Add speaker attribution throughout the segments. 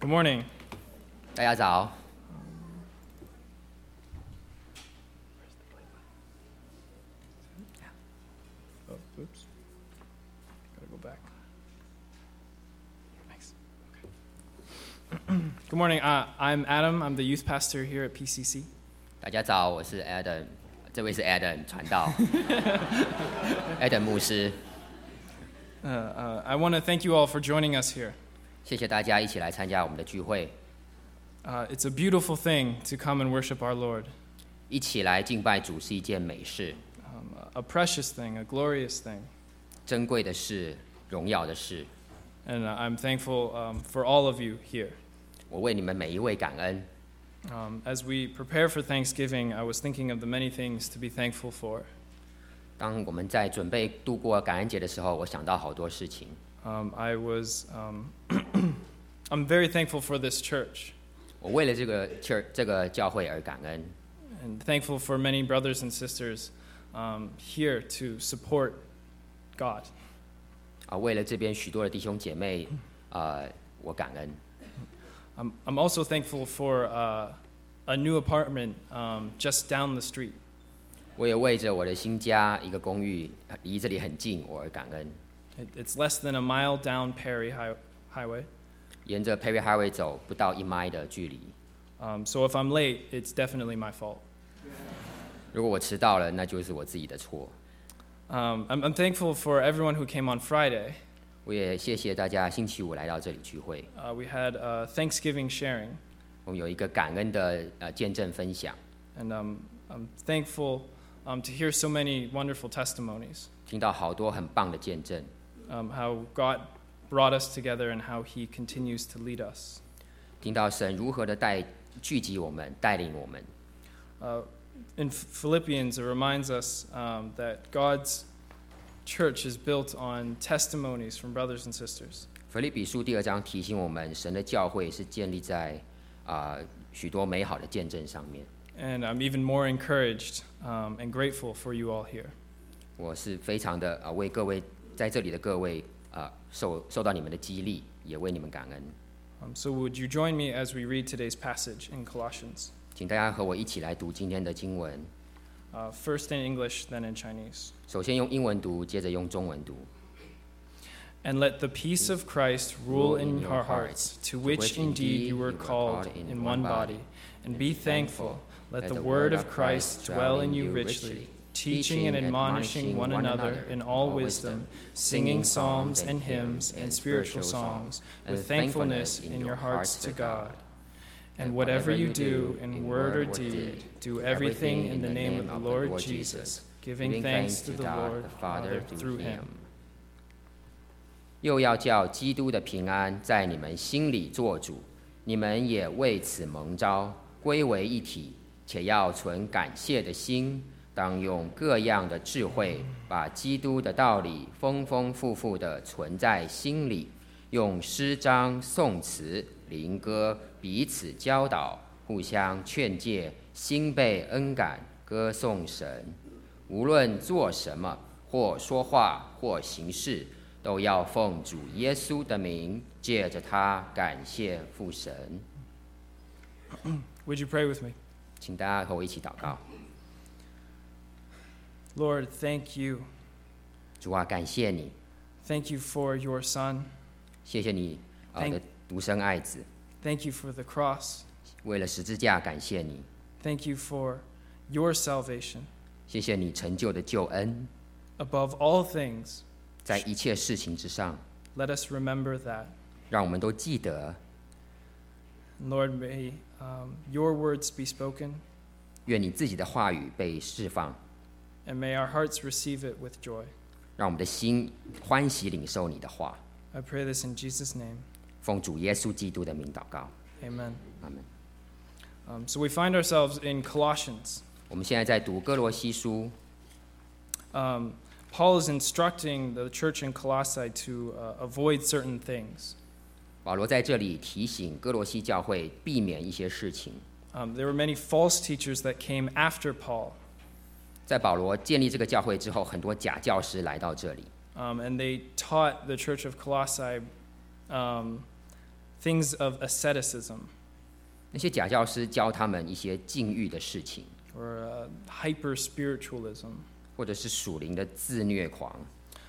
Speaker 1: Good morning.
Speaker 2: 大家早，
Speaker 1: Oh, oops. Gotta go back. Thanks. Okay. Good morning. Uh, I'm Adam. I'm the youth pastor here at PCC.
Speaker 2: 大家早，我是 Adam，这位是 Adam 传道，Adam 牧师，
Speaker 1: Uh, uh, I want to thank you all for joining us here.
Speaker 2: 谢谢大家一起来参加我们的聚会，
Speaker 1: Uh, it's a beautiful thing to come and worship our Lord,
Speaker 2: 一起来敬拜主是一件美事，
Speaker 1: um, a precious thing, a glorious thing.
Speaker 2: 珍贵的事，荣耀的事，
Speaker 1: And uh, I'm thankful um, for all of you here.
Speaker 2: 我为你们每一位感恩。
Speaker 1: Um, as we prepare for Thanksgiving, I was thinking of the many things to be thankful for.
Speaker 2: 当我们在准备度过感恩节的时候，我想到好多事情，
Speaker 1: Um, I was, um, I'm very thankful for this church.
Speaker 2: 我为了这个 church 这个教会而感恩，
Speaker 1: and thankful for many brothers and sisters um, here to support God.
Speaker 2: 啊，为了这边许多的弟兄姐妹，呃，我感恩。
Speaker 1: I'm, I'm also thankful for uh, a new apartment um, just down the street.
Speaker 2: 我也为着我的新家一个公寓离这里很近，我而感恩。
Speaker 1: It, it's less than a mile down Perry hi- Highway.
Speaker 2: 沿着 Perry Highway 走不到一迈的距离。
Speaker 1: Um, so if I'm late, it's definitely my fault.
Speaker 2: 如果我迟到了，那就是我自己的错。
Speaker 1: Um, I'm, I'm thankful for everyone who came on Friday.
Speaker 2: 我也谢谢大家星期五来到这里聚会，
Speaker 1: Uh, we had uh, Thanksgiving sharing,
Speaker 2: 我们有一个感恩的呃见证分享，
Speaker 1: and um, I'm thankful um, to hear so many wonderful testimonies.
Speaker 2: 听到好多很棒的见证，
Speaker 1: um, how God brought us together and how He continues to lead us.
Speaker 2: 听到神如何的带聚集我们，带领我们。
Speaker 1: Uh, in Ph- Philippians, it reminds us um, that God's church is built on testimonies from brothers and sisters.
Speaker 2: 腓立比书第二章提醒我们，神的教会是建立在啊、呃许多美好的见证上面。
Speaker 1: And I'm even more encouraged um, and grateful for you all here.
Speaker 2: 我是非常的啊、呃为各位在这里的各位啊、呃受受到你们的激励，也为你们感恩。
Speaker 1: Um, so, would you join me as we read today's passage in Colossians?
Speaker 2: 请大家和我一起来读今天的经文。
Speaker 1: Uh, first in English, then in Chinese.
Speaker 2: 首先用英文读，接着用中文读。
Speaker 1: And let the peace of Christ rule in your hearts, to which indeed you were called in one body. And be thankful. Let the word of Christ dwell in you richly, teaching and admonishing one another in all wisdom, singing psalms and hymns and spiritual songs with thankfulness in your hearts to God. And whatever you do in word or deed, do everything in the name of the Lord Jesus, giving thanks to the Lord Father through him.
Speaker 2: 又要叫基督的平安在你们心里做主，你们也为此蒙召，归为一体，且要存感谢的心，当用各样的智慧，把基督的道理丰丰富富的存在心里，用诗章、颂词、灵歌彼此教导，互相劝诫，心被恩感，歌颂神。无论做什么，或说话，或行事，都要奉主耶稣的名，借着他感谢父神。
Speaker 1: Would you pray with me?
Speaker 2: 请大家和我一起祷告。
Speaker 1: Lord, thank you.
Speaker 2: 主啊，感谢你，
Speaker 1: Thank you for your Son.
Speaker 2: 谢谢你啊、呃
Speaker 1: Thank-
Speaker 2: 的独生爱子，
Speaker 1: Thank you for the cross.
Speaker 2: 为了十字架感谢你，
Speaker 1: Thank you for your salvation.
Speaker 2: 谢谢你成就的救恩，
Speaker 1: Above all things,
Speaker 2: 在一切事情之上，
Speaker 1: let us remember that.
Speaker 2: 让我们都记得。
Speaker 1: And Lord, may um, your words be spoken,
Speaker 2: 愿你自己的话语被释放，
Speaker 1: and may our hearts receive it with joy.
Speaker 2: 让我们的心欢喜领受你的话。
Speaker 1: I pray this in Jesus' name.
Speaker 2: 奉主耶稣基督的名祷告，
Speaker 1: Amen.
Speaker 2: 阿门。
Speaker 1: Um, so we find ourselves in Colossians.
Speaker 2: 我们现在在读哥罗西书
Speaker 1: Um, Paul is instructing the church in Colossae to uh, avoid certain things.
Speaker 2: 保罗在这里提醒哥罗西教会避免一些事情。
Speaker 1: Um, there were many false teachers that came after Paul,
Speaker 2: 在保罗建立这个教会之后，很多假教师来到这里，
Speaker 1: um, and they taught the church of Colossae um, things of asceticism
Speaker 2: 那些假教师教他们一些禁欲的事情，
Speaker 1: or uh, hyper spiritualism.
Speaker 2: 或者是属灵的自虐狂。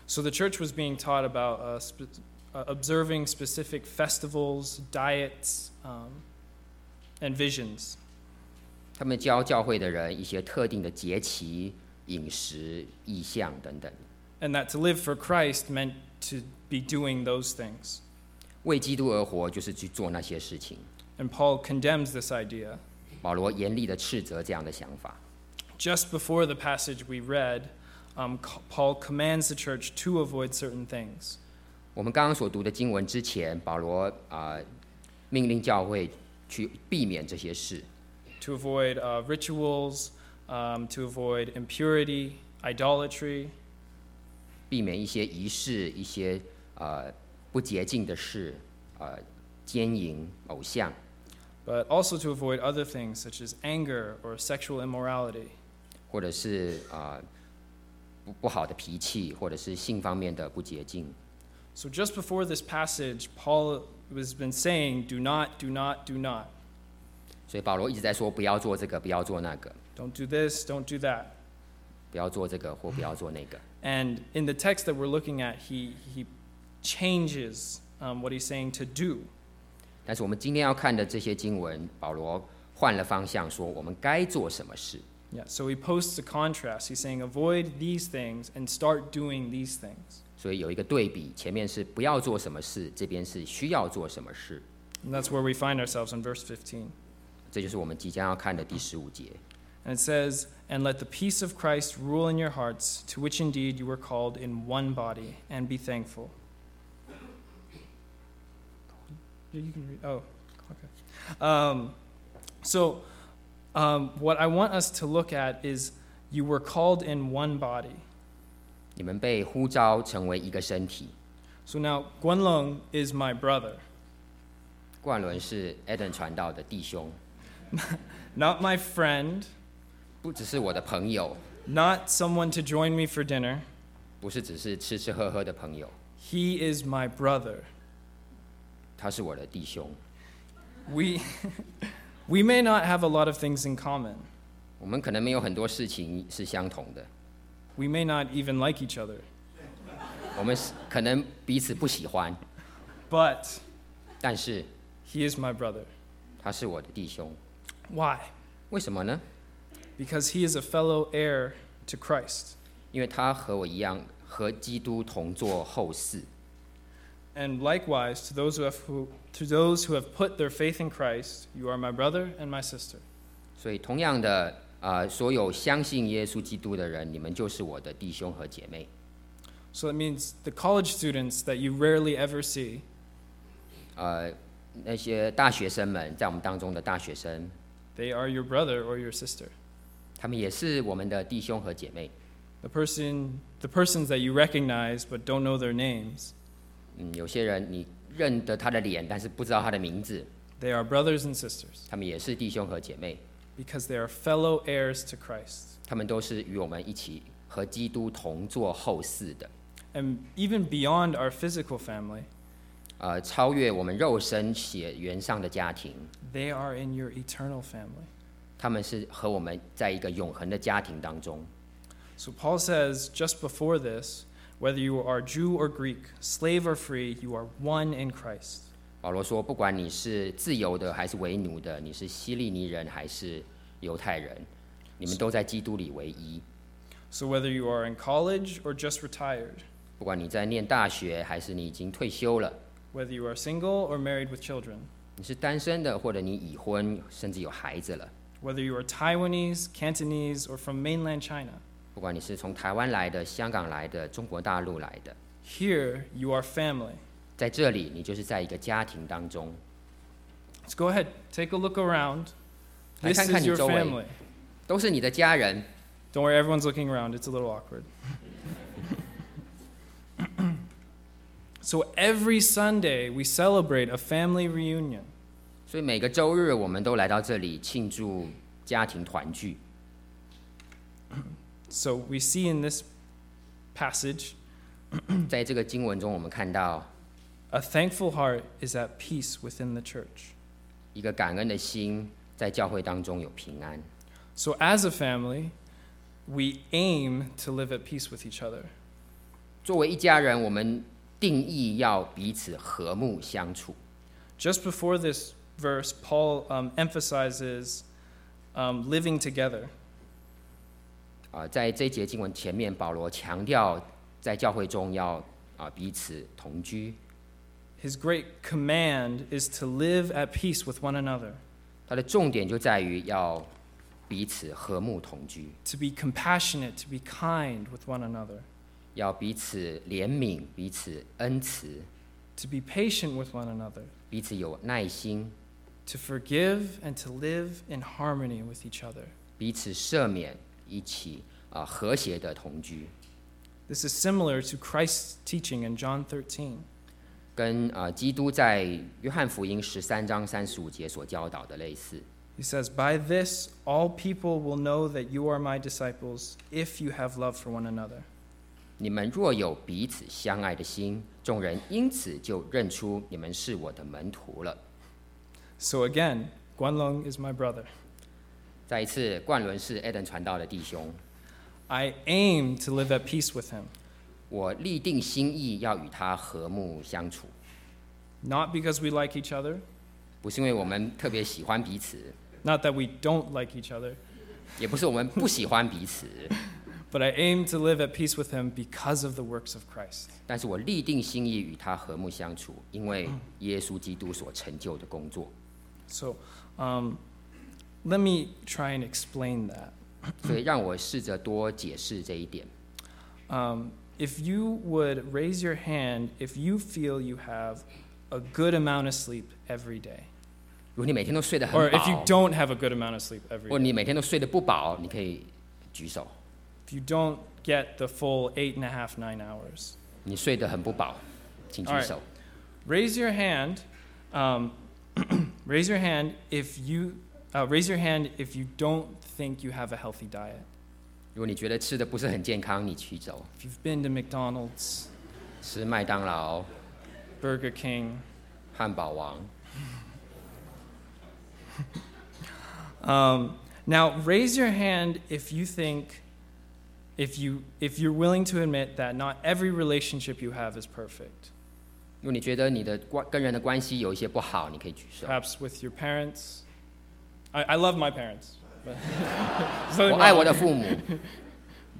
Speaker 1: So the church was being taught about uh, spe- uh, observing specific festivals, diets, um, and visions.
Speaker 2: 他们教教会的人一些特定的节期、饮食、意向等等，
Speaker 1: And that to live for Christ meant to be doing those things.
Speaker 2: 为基督而活就是去做那些事情。
Speaker 1: And Paul condemns this idea.
Speaker 2: 保罗严厉地斥责这样的想法。
Speaker 1: Just before the passage we read, um, c- Paul commands the church to avoid certain things.
Speaker 2: 我们刚刚所读的经文之前，保罗啊、呃命令教会去避免这些事，
Speaker 1: to avoid uh, rituals, um, to avoid impurity, idolatry,
Speaker 2: 避免一些仪式、一些呃不洁净的事，呃奸淫、偶像，
Speaker 1: but also to avoid other things such as anger or sexual immorality.
Speaker 2: 或者是啊、呃不不好的脾气，或者是性方面的不洁净。
Speaker 1: So just before this passage, Paul has been saying, "Do not, do not, do not.
Speaker 2: 所以保罗一直在说不要做这个，不要做那个，
Speaker 1: Don't do this. Don't do that."
Speaker 2: 不要做这个或不要做那个。
Speaker 1: And in the text that we're looking at, he he changes um, what he's saying to do.
Speaker 2: 但是我们今天要看的这些经文，保罗换了方向，说我们该做什么事。
Speaker 1: Yeah. So he posts a contrast. He's saying, "Avoid these things and start doing these things."
Speaker 2: 所以有一个对比，前面是不要做什么事，这边是需要做什么事。
Speaker 1: And that's where we find ourselves in verse 15.
Speaker 2: 这就是我们即将要看的第十五节。
Speaker 1: And it says, And let the peace of Christ rule in your hearts, to which indeed you were called in one body, and be thankful. Yeah, You can read. Oh, okay. Um, so, um, what I want us to look at is you were called in one body.
Speaker 2: 你们被呼召成为一个身体。
Speaker 1: So now, Guanlong is my brother,
Speaker 2: 冠伦是 Eden 传道的弟兄，
Speaker 1: not my friend,
Speaker 2: 不只是我的朋友，
Speaker 1: not someone to join me for dinner.
Speaker 2: 不是只是吃吃喝喝的朋友，
Speaker 1: He is my brother.
Speaker 2: 他是我的弟兄。
Speaker 1: We, we may not have a lot of things in common.
Speaker 2: 我们可能没有很多事情是相同的，
Speaker 1: We may not even like each other.
Speaker 2: 我们是可能彼此不喜欢，
Speaker 1: But
Speaker 2: 但是
Speaker 1: he is my brother.
Speaker 2: 他是我的弟兄，
Speaker 1: Why?
Speaker 2: 为什么呢？
Speaker 1: Because he is a fellow heir to Christ.
Speaker 2: 因为他和我一样，和基督同作后嗣。
Speaker 1: And likewise, to those who have, who, to those who have put their faith in Christ, you are my brother and my sister.
Speaker 2: 所以，同样的，啊，所有相信耶稣基督的人，你们就是我的弟兄和姐妹。
Speaker 1: So that means the college students that you rarely ever see,
Speaker 2: 呃，那些大学生们，在我们当中的大学生，
Speaker 1: they are your brother or your sister.
Speaker 2: 他们也是我们的弟兄和姐妹。
Speaker 1: The, person, the persons that you recognize but don't know their names,
Speaker 2: 嗯，有些人你认得他的脸，但是不知道他的名字，
Speaker 1: they are brothers and sisters
Speaker 2: 他们也是弟兄和姐妹。
Speaker 1: because they are fellow heirs to Christ.
Speaker 2: 他们都是与我们一起和基督同作后嗣的，
Speaker 1: and even beyond our physical family,
Speaker 2: 呃，超越我们肉身血缘上的家庭，
Speaker 1: they are in your eternal family.
Speaker 2: 他们是和我们在一个永恒的家庭当中。
Speaker 1: So Paul says just before this, whether you are Jew or Greek, slave or free, you are one in Christ.
Speaker 2: 保罗说，不管你是自由的还是为奴的，你是希利尼人还是犹太人，你们都在基督里为一。
Speaker 1: So whether you are in college or just retired,
Speaker 2: 不管你在念大学还是你已经退休了，
Speaker 1: whether you are single or married with children,
Speaker 2: 你是单身的或者你已婚甚至有孩子了，
Speaker 1: whether you are Taiwanese, Cantonese, or from mainland China,
Speaker 2: 不管你是从台湾来的、香港来的、中国大陆来的，
Speaker 1: here you are family.
Speaker 2: 在这里，你就是在一个家庭当中。
Speaker 1: Let's go ahead, take a look around.
Speaker 2: I
Speaker 1: This
Speaker 2: can't
Speaker 1: is your
Speaker 2: enjoy.
Speaker 1: family.
Speaker 2: 都是你的家人。
Speaker 1: Don't worry, everyone's looking around. It's a little awkward. so every Sunday, we celebrate a family reunion.
Speaker 2: 所以每个周日我们都来到这里庆祝家庭团聚。
Speaker 1: So we see in this passage
Speaker 2: 在这个经文中，我们看到
Speaker 1: a A thankful heart is at peace within the church.
Speaker 2: 一个感恩的心在教会当中有平安。
Speaker 1: So, as a family, we aim to live at peace with each other.
Speaker 2: 作为一家人，我们定义要彼此和睦相处。
Speaker 1: Just before this verse, Paul um, emphasizes um, living together.
Speaker 2: 啊、在这一节经文前面，保罗强调在教会中要啊、彼此同居。
Speaker 1: His great command is to live at peace with one another,
Speaker 2: 它的重点就在于要彼此和睦同居，
Speaker 1: to be compassionate, to be kind with one another,
Speaker 2: 要彼此怜悯，彼此恩慈，
Speaker 1: to be patient with one another,
Speaker 2: 彼此有耐心，
Speaker 1: to forgive and to live in harmony with each other.
Speaker 2: 彼此赦免，一起啊、和谐的同居，
Speaker 1: This is similar to Christ's teaching in John 13.
Speaker 2: 跟啊、基督在约翰福音十三章三十五节所教导的类似。
Speaker 1: He says, By this all people will know that you are my disciples if you have love for one another.
Speaker 2: 你们若有彼此相爱的心，众人因此就认出你们是我的门徒了。
Speaker 1: So again, Guanlong is my brother.
Speaker 2: 再一次，冠伦是 Eden 传道的弟兄，
Speaker 1: I aim to live at peace with him,
Speaker 2: 我立定心意要与他和睦相处，
Speaker 1: not because we like each other,
Speaker 2: 不是因为我们特别喜欢彼此，
Speaker 1: not that we don't like each other,
Speaker 2: 也不是我们不喜欢彼此，
Speaker 1: but I aim to live at peace with him because of the works of Christ.
Speaker 2: 但是我立定心意与他和睦相处，因为耶稣基督所成就的工作。
Speaker 1: So um, let me try and explain that.
Speaker 2: 所以让我试着多解释这一点。
Speaker 1: Um, if you would raise your hand if you feel you have a good amount of sleep every day,
Speaker 2: 如果你每天都睡得
Speaker 1: or
Speaker 2: 很
Speaker 1: if you
Speaker 2: 饱，
Speaker 1: don't have a good amount of sleep every
Speaker 2: 或
Speaker 1: day,
Speaker 2: 你每天都睡得不饱，你可以举手。
Speaker 1: if you don't get the full eight and a half, nine hours,
Speaker 2: 你睡得很不饱，请举手。
Speaker 1: raise your hand. Um, raise your hand if you uh, raise your hand if you don't think you have a healthy diet.
Speaker 2: 如果你觉得吃的不是很健康，你举手。
Speaker 1: If you've been to McDonald's,
Speaker 2: 吃麦当劳、
Speaker 1: Burger King,
Speaker 2: 汉堡王。
Speaker 1: Um, now, raise your hand if you think, if you if you're willing to admit that not every relationship you have is perfect.
Speaker 2: 如果你觉得你的关跟人的关系有一些不好，你可以举 手。
Speaker 1: Perhaps with your parents. I, I love my parents. But, There's nothing
Speaker 2: 我爱
Speaker 1: wrong
Speaker 2: 我
Speaker 1: with
Speaker 2: 的父母，
Speaker 1: it.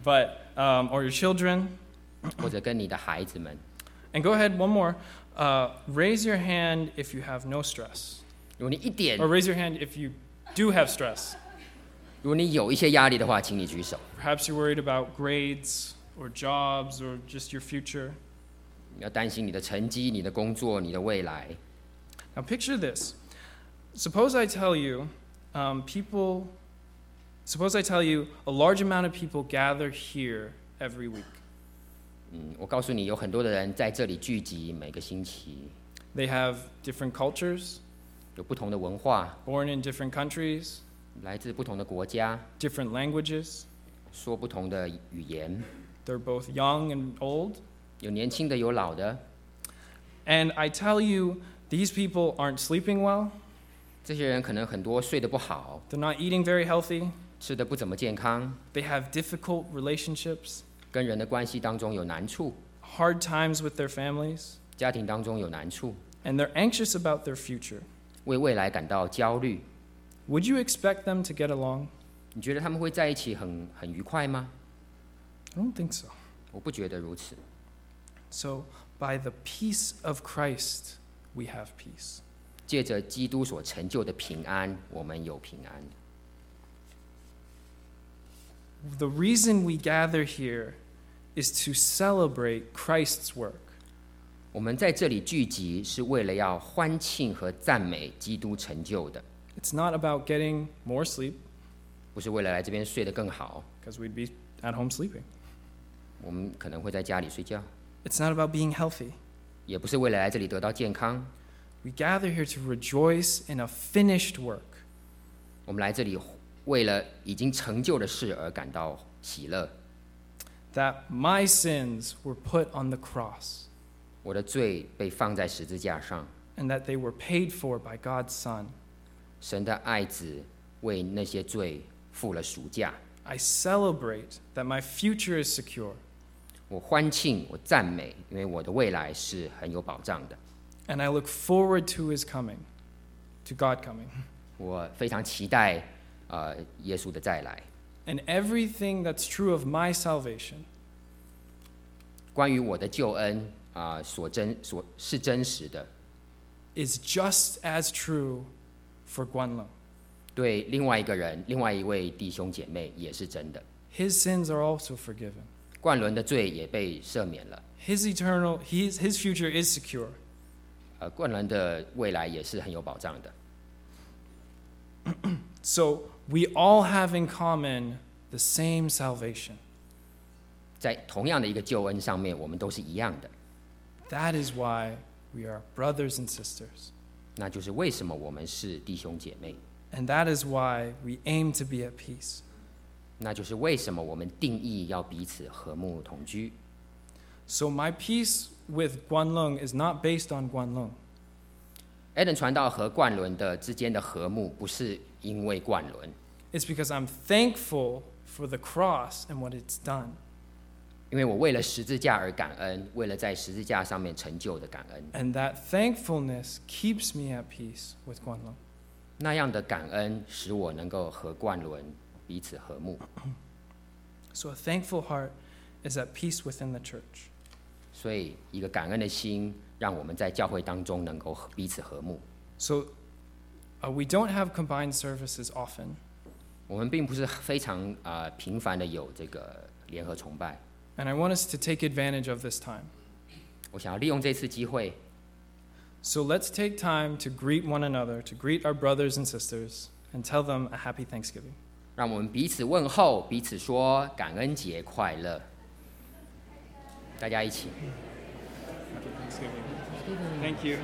Speaker 1: but um, or your children.
Speaker 2: 或者跟你的孩子们。
Speaker 1: And go ahead, one more. Uh, raise your hand if you have no stress,
Speaker 2: 如果你一点
Speaker 1: or，raise your hand if you do have stress.
Speaker 2: 如果你有一些压力的话，请你举手。
Speaker 1: Perhaps you're worried about grades or jobs or just your future.
Speaker 2: 你要担心你的成绩、你的工作、你的未来。
Speaker 1: Now, picture this. Suppose I tell you, um, people, suppose I tell you a large amount of people gather here every week.
Speaker 2: 嗯，我告诉你，有很多的人在这里聚集，每个星期
Speaker 1: They have different cultures,
Speaker 2: 有不同的文化，
Speaker 1: born in different countries,
Speaker 2: 来自不同的国家，
Speaker 1: different languages.
Speaker 2: 说不同的语言，
Speaker 1: They're both young and old.
Speaker 2: 有年轻的，有老的。
Speaker 1: And I tell you, these people aren't sleeping well,
Speaker 2: 这些人可能很多睡得不好，
Speaker 1: they're not eating very healthy,
Speaker 2: 吃得不怎么健康，
Speaker 1: they have difficult relationships,
Speaker 2: 跟人的关系当中有难处，
Speaker 1: hard times with their families,
Speaker 2: 家庭当中有难处，
Speaker 1: and they're anxious about their future.
Speaker 2: 为未来感到焦虑。
Speaker 1: Would you expect them to get along?
Speaker 2: 你觉得他们会在一起很很愉快吗？
Speaker 1: I don't think so.
Speaker 2: 我不觉得如此。
Speaker 1: So, by the peace of Christ, we have peace.
Speaker 2: 借着基督所成就的平安，我们有平安。
Speaker 1: The reason we gather here is to celebrate Christ's work.
Speaker 2: 我们在这里聚集是为了要欢庆和赞美基督成就的，
Speaker 1: It's not about getting more sleep,
Speaker 2: 不是为了来这边睡得更好。
Speaker 1: because we'd be at home sleeping.
Speaker 2: 我们可能会在家里睡觉，
Speaker 1: It's not about being healthy.
Speaker 2: 也不是为了来这里得到健康。
Speaker 1: We gather here to rejoice in a finished work.
Speaker 2: 我们来这里为了已经成就的事而感到喜乐，
Speaker 1: That my sins were put on the cross,
Speaker 2: 我的罪被放在十字架上，
Speaker 1: and that they were paid for by God's Son.
Speaker 2: 神的爱子为那些罪付了赎价。
Speaker 1: I celebrate that my future is secure,
Speaker 2: 我欢庆，我赞美，因为我的未来是很有保障的。
Speaker 1: and I look forward to his coming, to God coming.
Speaker 2: 我非常期待，呃，耶稣的再来。
Speaker 1: And everything that's true of my salvation
Speaker 2: 关于我的救恩啊、所真所是真实的。
Speaker 1: is just as true for Guanlong.
Speaker 2: 对另外一个人，另外一位弟兄姐妹也是真的。
Speaker 1: His sins are also forgiven.
Speaker 2: 冠伦的罪也被赦免了，
Speaker 1: His eternal, his, his future is secure.
Speaker 2: 呃，冠伦的未来也是很有保障的。
Speaker 1: So we all have in common the same salvation.
Speaker 2: 在同样的一个救恩上面，我们都是一样的。
Speaker 1: That is why we are brothers and sisters.
Speaker 2: 那就是为什么我们是弟兄姐妹，
Speaker 1: And that is why we aim to be at peace.
Speaker 2: 那就是为什么我们定义要彼此和睦同居。
Speaker 1: So my peace with Guanlong is not based on Guanlong.
Speaker 2: a d a m 传道和冠伦的之间的和睦，不是因为冠伦，
Speaker 1: It's because I'm thankful for the cross and what it's done.
Speaker 2: 因为我为了十字架而感恩，为了在十字架上面成就的感恩，
Speaker 1: And that thankfulness keeps me at peace with Guanlong.
Speaker 2: 那样的感恩使我能够和冠伦彼此和睦。
Speaker 1: So a thankful heart is at peace within the church.
Speaker 2: 所以，一个感恩的心，让我们在教会当中能够和彼此和睦。
Speaker 1: So uh, we don't have combined services often,
Speaker 2: 我们并不是非常啊、呃频繁的有这个联合崇拜。
Speaker 1: and I want us to take advantage of this time.
Speaker 2: 我想要利用这次机会，
Speaker 1: So let's take time to greet one another, to greet our brothers and sisters, and tell them a happy Thanksgiving.
Speaker 2: 让我们彼此问候，彼此说感恩节快乐。大家一起。
Speaker 1: Happy Thanksgiving. Thank you.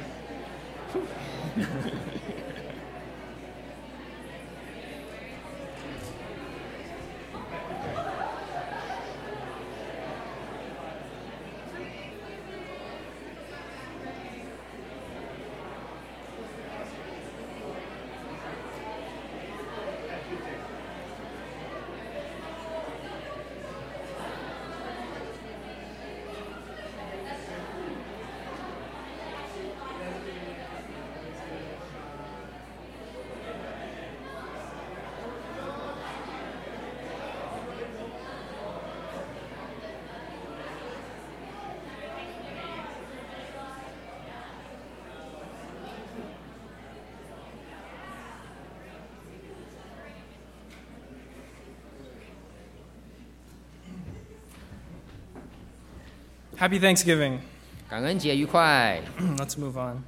Speaker 1: Happy Thanksgiving.
Speaker 2: 感恩节愉快，
Speaker 1: let's move on.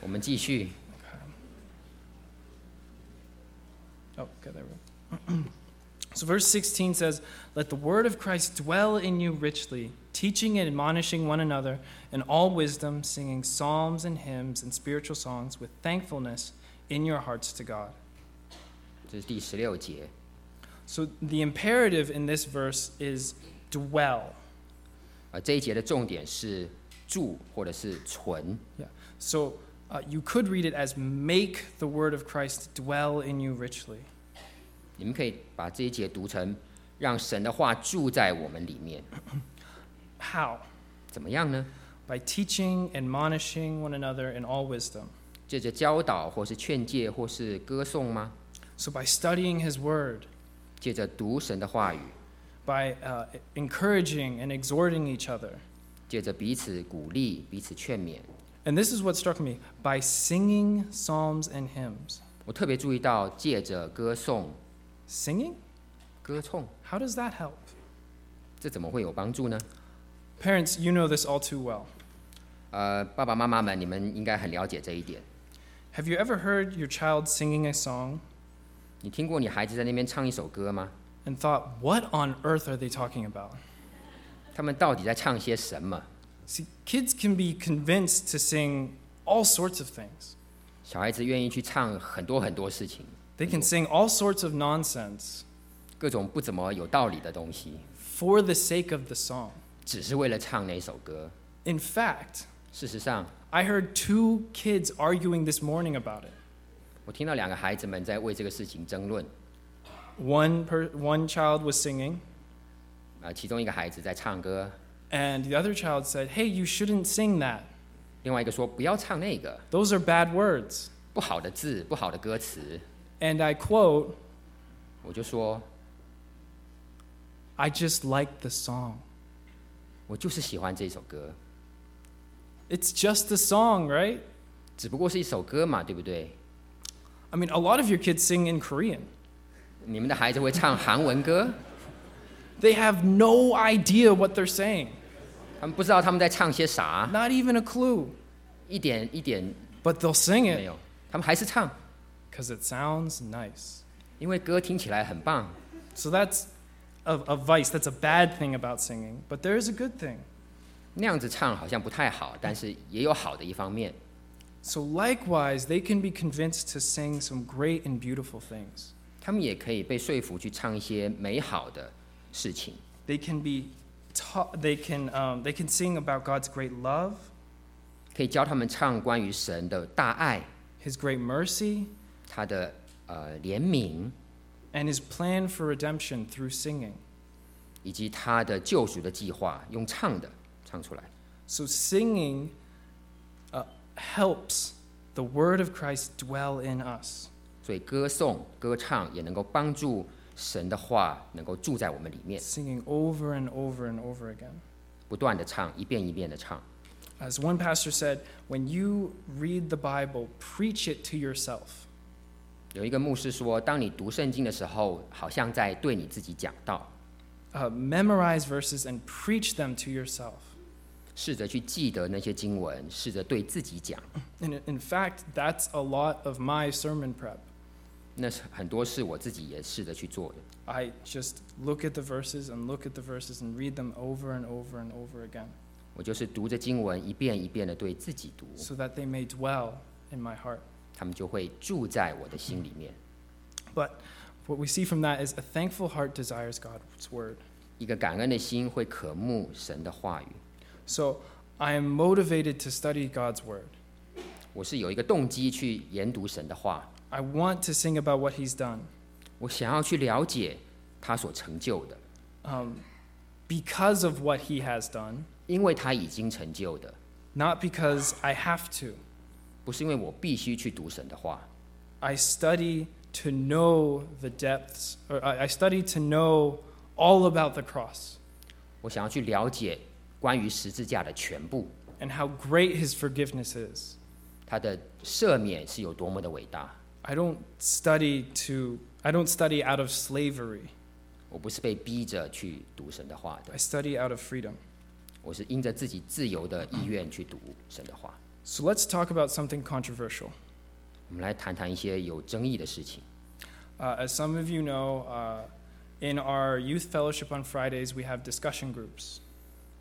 Speaker 2: 我们继续。
Speaker 1: Oh, okay, there we go. so, verse 16 says, Let the word of Christ dwell in you richly, teaching and admonishing one another in all wisdom, singing psalms and hymns and spiritual songs with thankfulness in your hearts to God.
Speaker 2: 这是第十六节，
Speaker 1: So, the imperative in this verse is dwell.
Speaker 2: 呃，这一节的重点是住或者是存，
Speaker 1: Yeah. So, uh, you could read it as make the word of Christ dwell in you richly.
Speaker 2: 你们可以把这一节读成让神的话住在我们里面，
Speaker 1: How?
Speaker 2: 怎么样呢？
Speaker 1: By teaching, admonishing one another in all wisdom.
Speaker 2: 借着教导或是劝诫或是歌颂吗？
Speaker 1: So, by studying his word,
Speaker 2: 借着读神的话语，
Speaker 1: by uh, encouraging and exhorting each other.
Speaker 2: 借着彼此鼓励、彼此劝勉。
Speaker 1: And this is what struck me by singing psalms and hymns.
Speaker 2: 我特别注意到，借着歌颂、
Speaker 1: Singing?
Speaker 2: 歌颂，
Speaker 1: How does that help?
Speaker 2: 这怎么会有帮助呢？
Speaker 1: Parents, you know this all too well.
Speaker 2: 呃，爸爸妈妈们，你们应该很了解这一点。
Speaker 1: Have you ever heard your child singing a song
Speaker 2: 你听过你孩子在那边唱一首歌吗？
Speaker 1: and thought, what on earth are they talking about?
Speaker 2: 他们到底在唱些什么？
Speaker 1: See, kids can be convinced to sing all sorts of things.
Speaker 2: 小孩子愿意去唱很多很多事情，
Speaker 1: They can sing all sorts of nonsense
Speaker 2: 各种不怎么有道理的东西，
Speaker 1: for the sake of the song.
Speaker 2: 只是为了唱那首歌。
Speaker 1: In fact,
Speaker 2: 事实上，
Speaker 1: I heard two kids arguing this morning about it.
Speaker 2: 我听到两个孩子们在为这个事情争论。
Speaker 1: One, per, one child was singing,
Speaker 2: 啊，其中一个孩子在唱歌，
Speaker 1: and the other child said, Hey, you shouldn't sing that.
Speaker 2: 另外一个说不要唱那个
Speaker 1: Those are bad words.
Speaker 2: 不好的字、不好的歌词。
Speaker 1: And I quote,
Speaker 2: 我就说，
Speaker 1: I just like the song.
Speaker 2: 我就是喜欢这首歌，
Speaker 1: It's just a song, right?
Speaker 2: 只不过是一首歌嘛，对不对？
Speaker 1: I mean, a lot of your kids sing in Korean.
Speaker 2: 你们的孩子会唱韩文歌，
Speaker 1: They have no idea what they're saying,
Speaker 2: 他们不知道他们在唱些啥，
Speaker 1: not even a clue.
Speaker 2: 一点一点
Speaker 1: But they'll sing
Speaker 2: 没
Speaker 1: it
Speaker 2: 有，他们还是唱，
Speaker 1: because it sounds nice.
Speaker 2: 因为歌听起来很棒。
Speaker 1: So that's a, a vice. That's a bad thing about singing. But there is a good thing.
Speaker 2: 那样子唱好像不太好，但是也有好的一方面。
Speaker 1: So likewise, they can be convinced to sing some great and beautiful things.
Speaker 2: 他们也可以被说服去唱一些美好的事情，
Speaker 1: They can be taught. They can um, they can sing about God's great love,
Speaker 2: 可以教他们唱关于神的大爱、
Speaker 1: His great mercy,
Speaker 2: 他的呃怜悯，
Speaker 1: and His plan for redemption through singing.
Speaker 2: 以及他的救赎的计划，用唱的唱出来。
Speaker 1: So singing uh, helps the word of Christ dwell in us.
Speaker 2: 所以歌颂、歌唱也能够帮助神的话能够住在我们里面，
Speaker 1: Singing over and over and over again.
Speaker 2: 不断的唱，一遍一遍的唱。
Speaker 1: As one pastor said, when you read the Bible, preach it to yourself.
Speaker 2: 有一个牧师说，当你读圣经的时候，好像在对你自己讲道，
Speaker 1: Uh, memorize verses and preach them to yourself.
Speaker 2: 试着去记得那些经文，试着对自己讲。
Speaker 1: And in fact, that's a lot of my sermon prep.
Speaker 2: 那是很多事我自己也试着去做的。
Speaker 1: I just look at the verses and look at the verses and read them over and over and over again
Speaker 2: 我就是读着经文一遍一遍的对自己读，
Speaker 1: so that they may dwell in my heart.
Speaker 2: 他们就会住在我的心里面。
Speaker 1: But what we see from that is a thankful heart desires God's word.
Speaker 2: 一个感恩的心会渴慕神的话语。
Speaker 1: So I am motivated to study God's word.
Speaker 2: 我是有一个动机去研读神的话，
Speaker 1: I want to sing about what He's done
Speaker 2: 我想要去了解他所成就的，
Speaker 1: um, because of what He has done,
Speaker 2: 因为他已经成就的，
Speaker 1: not because I have to.
Speaker 2: 不是因为我必须去读神的话。
Speaker 1: I study to know the depths, or I I study to know all about the cross
Speaker 2: 我想要去了解关于十字架的全部，
Speaker 1: and how great His forgiveness is.
Speaker 2: 他的赦免是有多么的伟大。
Speaker 1: I don't study to, I don't study out of slavery.
Speaker 2: 我不是被逼着去读神的话的
Speaker 1: I，study out of freedom.
Speaker 2: 我是因着自己自由的意愿去读神的话。
Speaker 1: So let's talk about something controversial.
Speaker 2: 我们来谈谈一些有争议的事情。
Speaker 1: Uh, as some of you know, uh, in our youth fellowship on Fridays, we have discussion groups.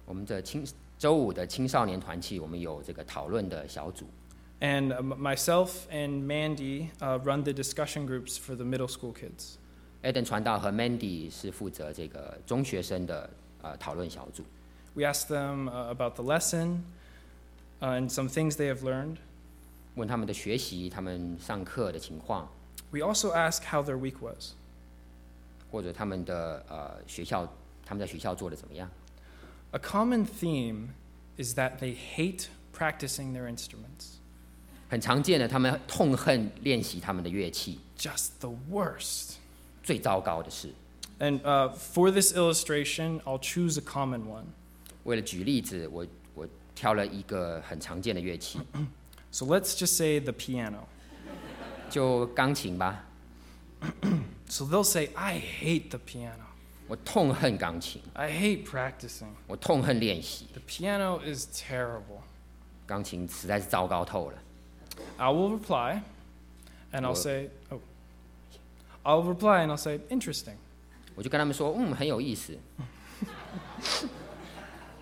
Speaker 2: 我们的青周五的青少年团契，我们有这个讨论的小组，
Speaker 1: And uh, m- myself and Mandy uh, run the discussion groups for the middle school kids.
Speaker 2: Eden 传道和 Mandy 是负责这个中学生的呃讨论小组。
Speaker 1: We ask them uh, about the lesson uh, and some things they have learned.
Speaker 2: 问他们的学习、他们上课的情况，
Speaker 1: We also ask how their week was.
Speaker 2: 或者他们的呃学校，他们在学校做的怎么样。
Speaker 1: A common theme is that they hate practicing their instruments.
Speaker 2: 很常见的，他们痛恨练习他们的乐器。
Speaker 1: Just the worst.
Speaker 2: 最糟糕的是，
Speaker 1: And uh, for this illustration, I'll choose a common one.
Speaker 2: 为了举例子，我我挑了一个很常见的乐器，
Speaker 1: So let's just say the piano.
Speaker 2: 就钢琴吧。
Speaker 1: So they'll say, I hate the piano.
Speaker 2: 我痛恨钢琴，
Speaker 1: I hate practicing.
Speaker 2: 我痛恨练习，
Speaker 1: The piano is terrible.
Speaker 2: 钢琴实在是糟糕透了。
Speaker 1: I will reply, and I'll
Speaker 2: Well-
Speaker 1: say, oh. I'll reply and I'll say, interesting.
Speaker 2: 我就跟他们说，嗯，很有意思。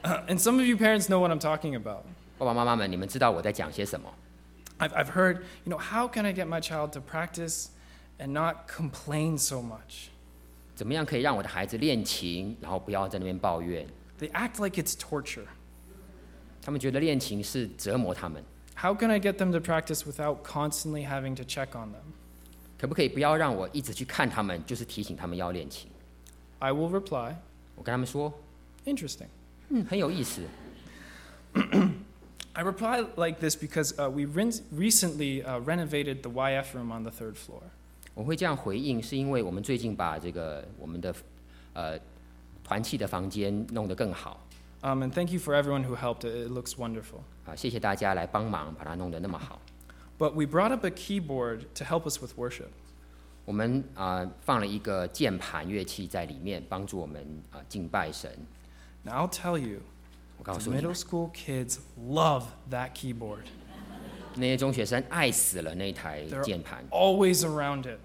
Speaker 1: And some of you parents know what I'm talking about.
Speaker 2: 爸爸妈妈们，你们知道我在讲些什么？
Speaker 1: I've, I've heard, you know, how can I get my child to practice and not complain so much?
Speaker 2: 怎么样可以让我的孩子练琴，然后不要在那边抱怨？
Speaker 1: They act like it's torture.
Speaker 2: 他们觉得恋情是折磨他们，
Speaker 1: How can I get them to practice without constantly having to check on them?
Speaker 2: 可不可以不要让我一直去看他们，就是提醒他们要恋情？
Speaker 1: I will reply,
Speaker 2: 我跟他们说，
Speaker 1: Interesting.
Speaker 2: 嗯，很有意思。
Speaker 1: I reply like this because uh, we ren- recently uh, renovated the YF room on the third floor.
Speaker 2: 我会这样回应，是因为我们最近把这个我们的呃团契的房间弄得更好
Speaker 1: Um, and thank you for everyone who helped. It, it looks wonderful.
Speaker 2: 啊，谢谢大家来帮忙把它弄得那么好。
Speaker 1: But we brought up a keyboard to help us with worship.
Speaker 2: 我们啊、呃放了一个键盘乐器在里面，帮助我们啊、呃敬拜神。
Speaker 1: Now, I'll tell you,
Speaker 2: 我告
Speaker 1: the
Speaker 2: 诉你
Speaker 1: middle，school kids love that keyboard.
Speaker 2: 那些中学生爱死了那台
Speaker 1: They're
Speaker 2: 键盘，
Speaker 1: always around it,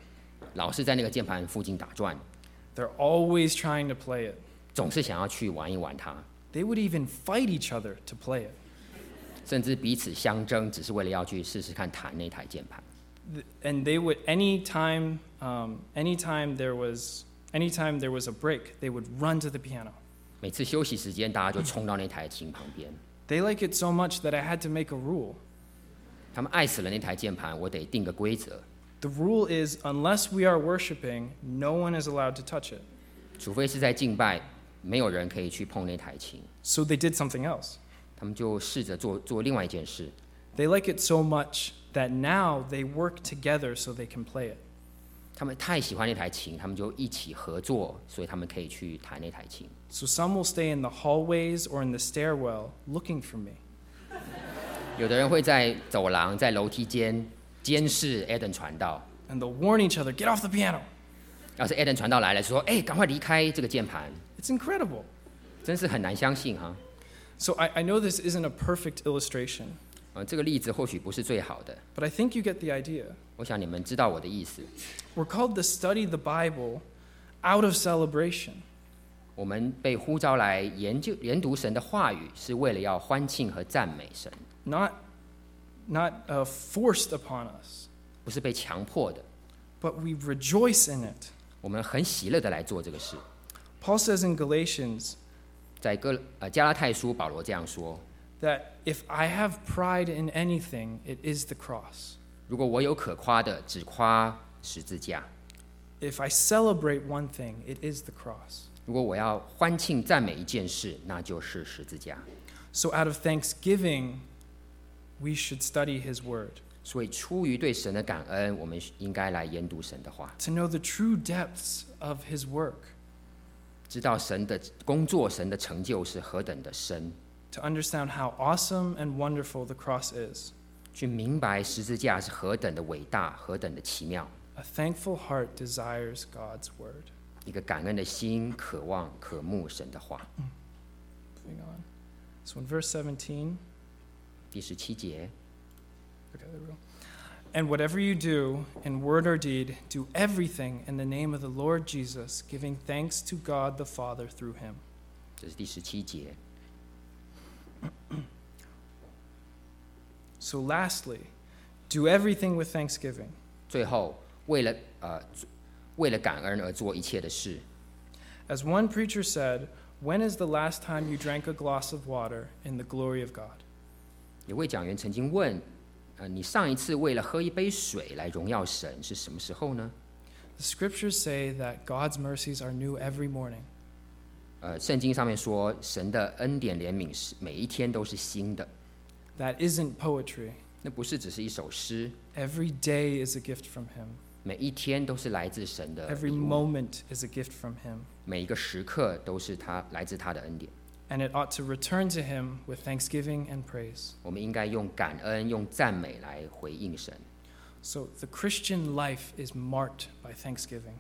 Speaker 2: 老是在那个键盘附近打转，
Speaker 1: they're always trying to play it.
Speaker 2: 总是想要去玩一玩它，
Speaker 1: They would even fight each other to play it.
Speaker 2: 甚至彼此相争，只是为了要去试试看弹那台键盘。
Speaker 1: Th- And they would, any time, um, anytime there was, anytime there was a break, they would run to the piano.
Speaker 2: 每次休息时间，大家就冲到那台琴旁边。
Speaker 1: They like it so much that I had to make a rule.
Speaker 2: 他们爱死了那台键盘，我得定个规则，
Speaker 1: The rule is unless we are worshiping, no one is allowed to touch it.
Speaker 2: 除非是在敬拜，没有人可以去碰那台琴。
Speaker 1: So they did something else.
Speaker 2: 他们就试着做做另外一件事，
Speaker 1: They like it so much that now they work together so they can play it.
Speaker 2: 他们太喜欢那台琴，他们就一起合作，所以他们可以去弹那台琴。
Speaker 1: So some will stay in the hallways or in the stairwell looking for me.
Speaker 2: 有的人会在走廊、在楼梯间监视 Eden 传道，
Speaker 1: And they'll warn each other, get off the piano.
Speaker 2: 要是 Eden 传道来了，说：“哎，赶快离开这个键盘。
Speaker 1: It's incredible. ”
Speaker 2: 真是很难相信哈、
Speaker 1: So I, I know this isn't a perfect illustration,
Speaker 2: 呃，这个例子或许不是最好的，
Speaker 1: but I think you get the idea.
Speaker 2: 我想你们知道我的意思。
Speaker 1: We're called to study the Bible out of celebration.
Speaker 2: 我们被呼召来研究研读神的话语，是为了要欢庆和赞美神，
Speaker 1: not not uh, forced upon us,
Speaker 2: 不是被强迫的。
Speaker 1: but we rejoice in it.
Speaker 2: 我们很喜乐的来做这个事。
Speaker 1: Paul says in Galatians
Speaker 2: 在哥呃加拉太书，保罗这样说：
Speaker 1: that if I have pride in anything, it is the cross.
Speaker 2: 如果我有可夸的，只夸十字架；
Speaker 1: If I celebrate one thing, it is the cross.
Speaker 2: 如果我要欢庆赞美一件事，那就是十字架。
Speaker 1: So out of thanksgiving, we should study his word
Speaker 2: 所以，出于对神的感恩，我们应该来研读神的话，
Speaker 1: to know the true depths of his work,
Speaker 2: 知道神的工作、神的成就是何等的深，
Speaker 1: to understand how awesome and wonderful the cross is.
Speaker 2: 去明白十字架是何等的伟大、何等的奇妙。
Speaker 1: A thankful heart desires God's word.
Speaker 2: 一个感恩的心，渴望、渴慕神的话。
Speaker 1: Moving on. So in verse 17,
Speaker 2: 第十七节，
Speaker 1: Okay, there we go. And whatever you do, in word or deed, do everything in the name of the Lord Jesus, giving thanks to God the Father through him.
Speaker 2: 这是第十七节。
Speaker 1: So, lastly, do everything with thanksgiving.
Speaker 2: 最后，为了呃，为了感恩而做一切的事。
Speaker 1: As one preacher said, When is the last time you drank a glass of water in the glory of God?
Speaker 2: 有位讲员曾经问，呃，你上一次为了喝一杯水来荣耀神是什么时候呢？
Speaker 1: The scriptures say that God's mercies are new every morning.
Speaker 2: 呃，圣经上面说，神的恩典怜悯是每一天都是新的，
Speaker 1: That isn't poetry.
Speaker 2: 那不是只是一首诗，
Speaker 1: Every day is a gift from Him,
Speaker 2: 每一天都是来自神的
Speaker 1: every
Speaker 2: 礼物，
Speaker 1: moment is a gift from Him,
Speaker 2: 每一个时刻都是他来自他的恩典。
Speaker 1: and it ought to return to Him with thanksgiving and praise.
Speaker 2: 我们应该用感恩、用赞美来回应神。
Speaker 1: So the Christian life is marked by thanksgiving.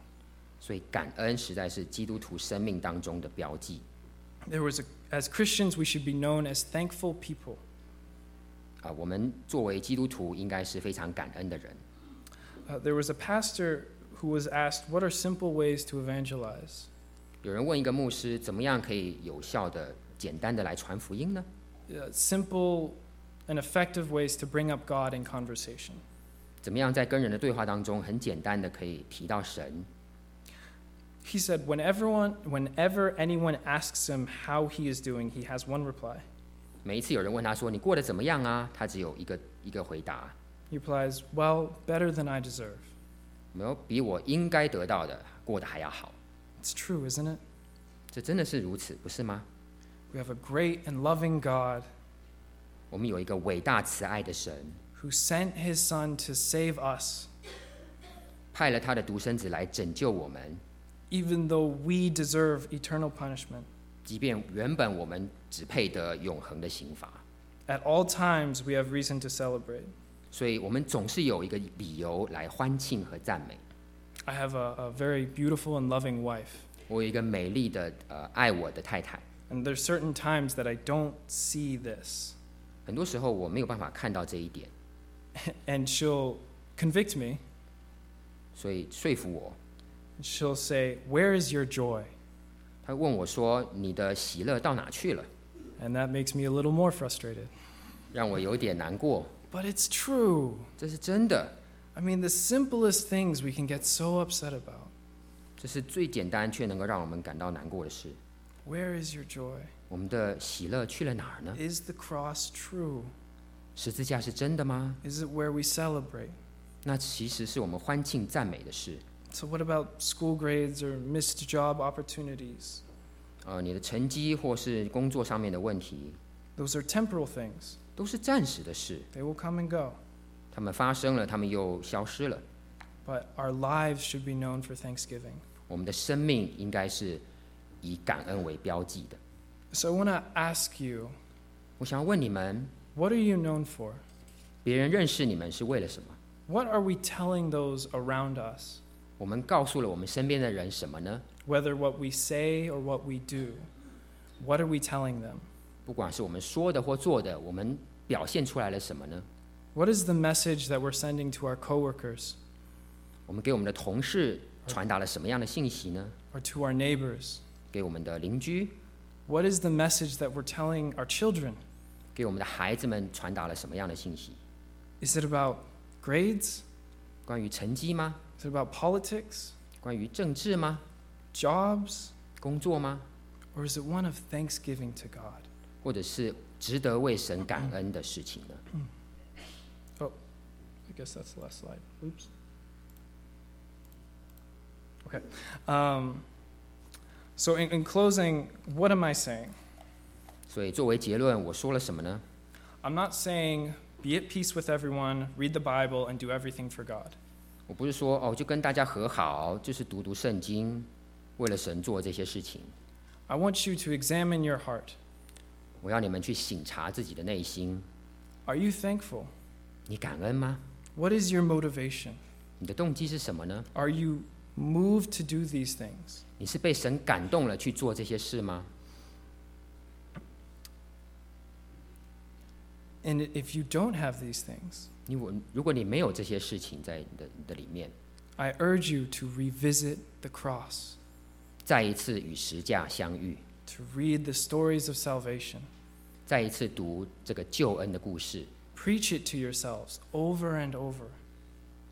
Speaker 2: 所以感恩实在是基督徒生命当中的标记。
Speaker 1: There was a, as Christians, we should be known as thankful people.
Speaker 2: 啊，我们作为基督徒应该是非常感恩的人。
Speaker 1: Uh, there was a pastor who was asked, What are simple ways to evangelize?
Speaker 2: 有人问一个牧师，怎么样可以有效的、简单的来传福音呢？
Speaker 1: Uh, simple and effective ways to bring up God in conversation.
Speaker 2: 怎么样在跟人的对话当中，很简单的可以提到神？
Speaker 1: He said, when everyone, Whenever anyone asks him how he is doing, he has one reply
Speaker 2: 每一次有人问他说：“你过得怎么样啊？”他只有一个一个回答，
Speaker 1: He replies, Well, better than I deserve.
Speaker 2: 没有比我应该得到的过得还要好。
Speaker 1: It's true, isn't it?
Speaker 2: 这真的是如此，不是吗？
Speaker 1: We have a great and loving God
Speaker 2: 我们有一个伟大慈爱的神，
Speaker 1: who sent his Son to save us,
Speaker 2: 派了他的独生子来拯救我们，
Speaker 1: even though we deserve eternal punishment.
Speaker 2: 即便原本我们只配得永恒的刑罚。
Speaker 1: At all times, we have reason to celebrate.
Speaker 2: 所以，我们总是有一个理由来欢庆和赞美。
Speaker 1: I have a, a very beautiful and loving wife,
Speaker 2: 我有一个美丽的呃爱我的太太，
Speaker 1: and there's certain times that I don't see this,
Speaker 2: 很多时候我没有办法看到这一点，
Speaker 1: and she'll convict me.
Speaker 2: 所以说服我。
Speaker 1: And she'll say, "Where is your joy?"
Speaker 2: 他问我说：“你的喜乐到哪去了
Speaker 1: And that makes me a little more frustrated.？”
Speaker 2: 让我有点难过。
Speaker 1: But it's true.
Speaker 2: 这是真的，
Speaker 1: I mean, the simplest things we can get so upset about.
Speaker 2: 这是最简单却能够让我们感到难过的事。
Speaker 1: Where is your joy?
Speaker 2: 我们的喜乐去了哪儿呢？
Speaker 1: Is the cross true?
Speaker 2: 十字架是真的吗？
Speaker 1: Is it where we celebrate?
Speaker 2: 那其实是我们欢庆赞美的事。
Speaker 1: So, what about school grades or missed job opportunities?
Speaker 2: 呃，你的成绩或是工作上面的问题，
Speaker 1: Those are temporal things,
Speaker 2: 都是暂时的事，
Speaker 1: they will come and go.
Speaker 2: 他们发生了，他们又消失了。
Speaker 1: But our lives should be known for thanksgiving.
Speaker 2: 我们的生命应该是以感恩为标记的。
Speaker 1: So, I want to ask you,
Speaker 2: 我想要问你们，
Speaker 1: what are you known for?
Speaker 2: 别人认识你们是为了什么？
Speaker 1: What are we telling those around us?
Speaker 2: 我们告诉了我们身边的人什么呢？
Speaker 1: Whether what we say or what we do, what are we telling them?
Speaker 2: 不管是我们说的或做的，我们表现出来了什么呢？
Speaker 1: What is the message that we're sending to our coworkers
Speaker 2: 我们给我们的同事传达了什么样的信息呢？
Speaker 1: or to our neighbors?
Speaker 2: 给我们的邻居，
Speaker 1: What is the message that we're telling our children?
Speaker 2: 给我们的孩子们传达了什么样的信息？
Speaker 1: Is it about grades?
Speaker 2: 关于成绩吗？
Speaker 1: Is it about politics,
Speaker 2: 关于政治吗？
Speaker 1: jobs,
Speaker 2: 工作吗？
Speaker 1: or is it one of thanksgiving to God?
Speaker 2: 或者是值得为神感恩的事情呢？
Speaker 1: I guess that's the last slide. Oops. Okay. Um, so, in, in closing, what am I saying?
Speaker 2: 所以作为结论，我说了什么呢？
Speaker 1: I'm not saying be at peace with everyone, read the Bible, and do everything for God.
Speaker 2: 我不是说哦，就跟大家和好，就是读读圣经，为了神做这些事情。
Speaker 1: I want you to examine your heart.
Speaker 2: 我要你们去省察自己的内心，
Speaker 1: Are you thankful?
Speaker 2: 你感恩吗？
Speaker 1: What is your motivation?
Speaker 2: 你的动机是什么呢？
Speaker 1: Are you moved to do these things?
Speaker 2: 你是被神感动了去做这些事吗？
Speaker 1: And if you don't have these things,
Speaker 2: 你我如果你没有这些事情在你的你的里面，
Speaker 1: I urge you to revisit the cross,
Speaker 2: 再一次与十架相遇，
Speaker 1: to read the stories of salvation,
Speaker 2: 再一次读这个救恩的故事，
Speaker 1: preach it to yourselves over and over,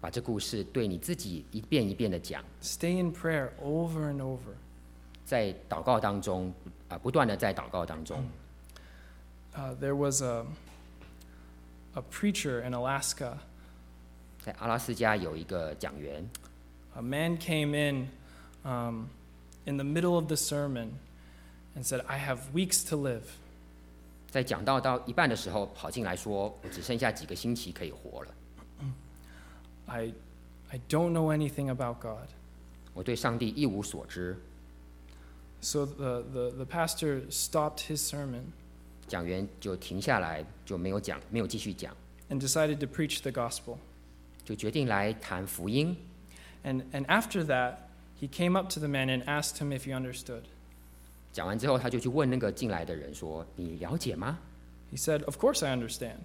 Speaker 2: 把这故事对你自己一遍一遍的讲，
Speaker 1: stay in prayer over and over.
Speaker 2: 在祷告当中啊、不断的在祷告当中。
Speaker 1: Uh, there was a, a preacher in Alaska.
Speaker 2: 在阿拉斯加有一个讲员，
Speaker 1: A man came in um, in the middle of the sermon and said, I have weeks to live.
Speaker 2: 在讲到到一半的时候跑进来说：“我只剩下几个星期可以活了，
Speaker 1: I, I don't know anything about God.
Speaker 2: 我对上帝一无所知。
Speaker 1: So the, the, the pastor stopped his sermon ”
Speaker 2: 讲员就停下来，就没有讲，没有继续讲，
Speaker 1: and decided to preach the gospel.
Speaker 2: 就决定来谈福音。
Speaker 1: And, and after that, he came up to the man and asked him if he understood.
Speaker 2: 讲完之后，他就去问那个进来的人说：“你了解吗？”
Speaker 1: He said, Of course I understand.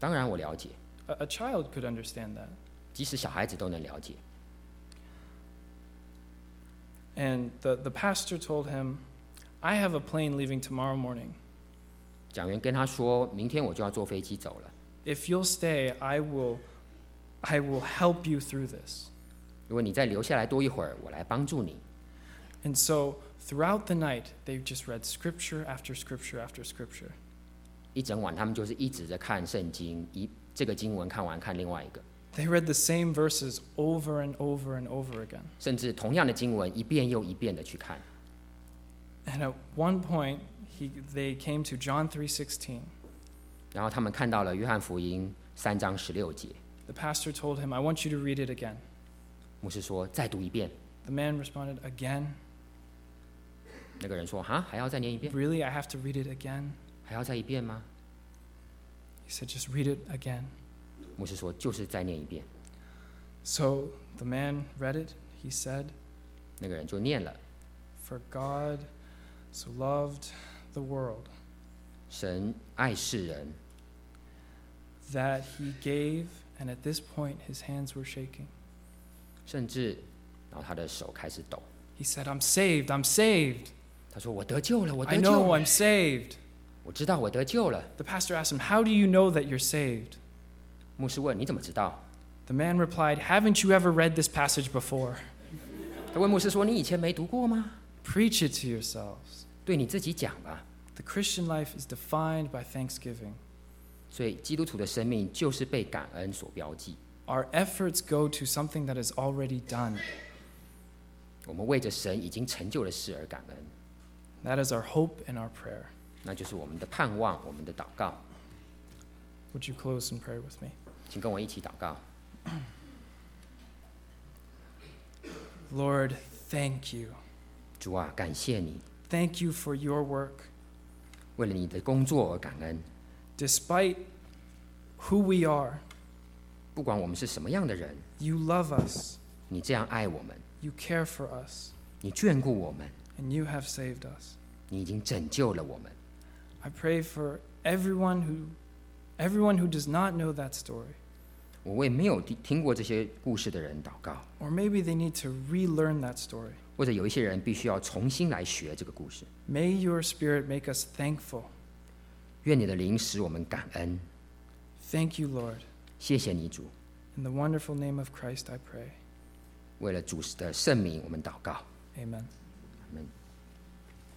Speaker 2: 当然我了解，
Speaker 1: A, a child could understand that.
Speaker 2: 即使小孩子都能了解。
Speaker 1: And the, the pastor told him, I have a plane leaving tomorrow morning.
Speaker 2: 讲员跟他说：“明天我就要坐飞机走了，
Speaker 1: If you'll stay, I will, I will help you through this.
Speaker 2: 如果你再留下来多一会儿，我来帮助你。
Speaker 1: And so throughout the night, they just read scripture after scripture after scripture. ”
Speaker 2: 一整晚他们就是一直在看圣经，一这个经文看完看另外一个，
Speaker 1: They read the same verses over and over and over again.
Speaker 2: 甚至同样的经文一遍又一遍的去看。
Speaker 1: And at one point, he, they came to John 3:16.
Speaker 2: 然后他们看到了约翰福音三章十六节，
Speaker 1: The pastor told him, "I want you to read it again."
Speaker 2: 牧师说再读一遍，
Speaker 1: The man responded, "Again?
Speaker 2: 那个人说哈还要再念一遍，
Speaker 1: Really? I have to read it again?"
Speaker 2: 还要再一遍吗？
Speaker 1: He said, "Just read it again."
Speaker 2: 牧师说就是再念一遍，
Speaker 1: So the man read it. He said,
Speaker 2: 那个人就念了。
Speaker 1: For God so loved the world
Speaker 2: 神爱世人，
Speaker 1: that he gave, and at this point his hands were shaking.
Speaker 2: 甚至然后他的手开始抖。
Speaker 1: He said, I'm saved, I'm saved.
Speaker 2: 他说我得救了，我
Speaker 1: I
Speaker 2: 得救
Speaker 1: know
Speaker 2: 了，
Speaker 1: I'm saved.
Speaker 2: 我知道我得救了。
Speaker 1: The pastor asked him, How do you know that you're saved?
Speaker 2: 牧师问你怎么知道？
Speaker 1: The man replied, Haven't you ever read this passage before?
Speaker 2: 他问牧师说你以前没读过吗？
Speaker 1: Preach it to yourselves.
Speaker 2: 对你自己讲吧。
Speaker 1: The Christian life is defined by thanksgiving.
Speaker 2: 所以基督徒的生命就是被感恩所标记。
Speaker 1: Our efforts go to something that is already done.
Speaker 2: 我们为着神已经成就的事而感恩，
Speaker 1: That is our hope and our prayer.
Speaker 2: 那就是我们的盼望，我们的祷告。
Speaker 1: Would you close in prayer with me?
Speaker 2: 请跟我一起祷告，
Speaker 1: Lord, thank you.
Speaker 2: 主啊，感谢你，
Speaker 1: Thank you for your work.
Speaker 2: 为了你的工作而感恩。
Speaker 1: Despite who we are,
Speaker 2: 不管我们是什么样的人，
Speaker 1: you love us,
Speaker 2: 你这样爱我们，
Speaker 1: you care for us,
Speaker 2: 你眷顾我们，
Speaker 1: and you have saved us.
Speaker 2: 你已经拯救了我们。
Speaker 1: I pray for everyone who everyone who does not know that story,
Speaker 2: 我为没有听听过这些故事的人祷告，
Speaker 1: or maybe they need to relearn that story.
Speaker 2: 或者有一些人必须要重新来学这个故事。
Speaker 1: May your spirit make us thankful.
Speaker 2: 愿你的灵使我们感恩，
Speaker 1: Thank you, Lord.
Speaker 2: 谢谢你主。
Speaker 1: In the wonderful name of Christ I pray.
Speaker 2: 为了主的圣名，我们祷告。
Speaker 1: Amen.
Speaker 2: 阿门。